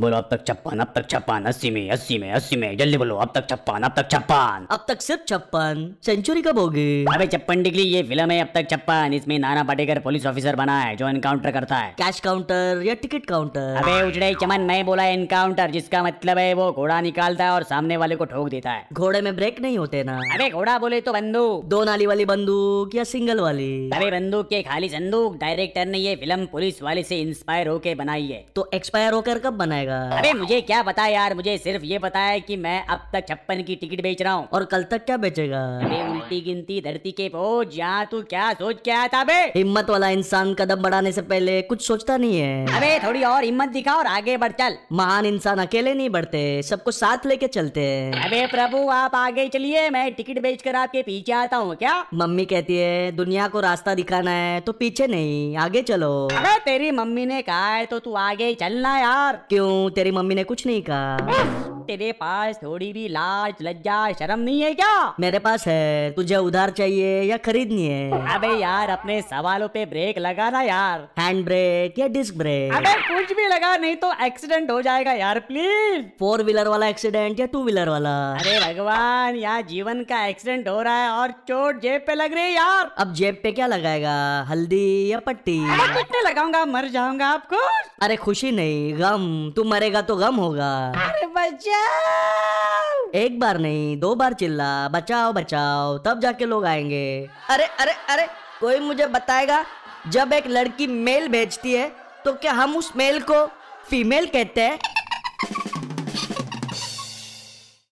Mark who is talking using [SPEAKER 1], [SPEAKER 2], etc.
[SPEAKER 1] बोलो अब तक छप्पन अब तक छप्पन अस्सी में अस्सी में अस्सी में जल्दी बोलो अब तक छप्पन अब तक छप्पन
[SPEAKER 2] अब तक सिर्फ छप्पन सेंचुरी कब होगी
[SPEAKER 1] अबे छप्पन डिग्री ये फिल्म है अब तक छप्पन इसमें नाना पाटेकर पुलिस ऑफिसर बना है जो एनकाउंटर करता है
[SPEAKER 2] कैश काउंटर या टिकट काउंटर
[SPEAKER 1] अबे उजड़े चमन मैं बोला एनकाउंटर जिसका मतलब है वो घोड़ा निकालता है और सामने वाले को ठोक देता है
[SPEAKER 2] घोड़े में ब्रेक नहीं होते ना
[SPEAKER 1] अबे घोड़ा बोले तो बंदूक
[SPEAKER 2] दो नाली वाली बंदूक या सिंगल वाली
[SPEAKER 1] अबे बंदूक के खाली संदूक डायरेक्टर ने ये फिल्म पुलिस वाले से इंस्पायर होके बनाई है
[SPEAKER 2] तो एक्सपायर होकर कब बनाएगा
[SPEAKER 1] अबे मुझे क्या पता यार मुझे सिर्फ ये पता है कि मैं अब तक छप्पन की टिकट बेच रहा हूँ
[SPEAKER 2] और कल तक क्या बेचेगा
[SPEAKER 1] अबे उल्टी गिनती धरती के बोझ यहाँ तू क्या सोच के आया था बे
[SPEAKER 2] हिम्मत वाला इंसान कदम बढ़ाने से पहले कुछ सोचता नहीं है
[SPEAKER 1] अबे थोड़ी और हिम्मत दिखा और आगे बढ़ चल
[SPEAKER 2] महान इंसान अकेले नहीं बढ़ते सबको साथ लेके चलते हैं
[SPEAKER 1] अबे प्रभु आप आगे चलिए मैं टिकट बेच कर आपके पीछे आता हूँ क्या
[SPEAKER 2] मम्मी कहती है दुनिया को रास्ता दिखाना है तो पीछे नहीं आगे चलो
[SPEAKER 1] अबे तेरी मम्मी ने कहा है तो तू आगे ही चलना यार
[SPEAKER 2] क्यों तेरी मम्मी ने कुछ नहीं कहा
[SPEAKER 1] तेरे पास थोड़ी भी लाज लज्जा शर्म नहीं है क्या
[SPEAKER 2] मेरे पास है तुझे उधार चाहिए या खरीदनी है
[SPEAKER 1] अबे यार अपने सवालों पे ब्रेक लगाना यार
[SPEAKER 2] हैंड ब्रेक या डिस्क ब्रेक
[SPEAKER 1] अबे कुछ भी लगा नहीं तो एक्सीडेंट हो जाएगा यार प्लीज
[SPEAKER 2] फोर व्हीलर वाला एक्सीडेंट या टू व्हीलर वाला
[SPEAKER 1] अरे भगवान यहाँ जीवन का एक्सीडेंट हो रहा है और चोट जेब पे लग रही है यार
[SPEAKER 2] अब जेब पे क्या लगाएगा हल्दी या पट्टी
[SPEAKER 1] मैं कुछ नहीं लगाऊंगा मर जाऊंगा आपको
[SPEAKER 2] अरे खुशी नहीं गम तू मरेगा तो गम होगा
[SPEAKER 1] अरे बचाओ
[SPEAKER 2] एक बार नहीं दो बार चिल्ला बचाओ बचाओ तब जाके लोग आएंगे अरे अरे अरे कोई मुझे बताएगा जब एक लड़की मेल भेजती है तो क्या हम उस मेल को फीमेल कहते हैं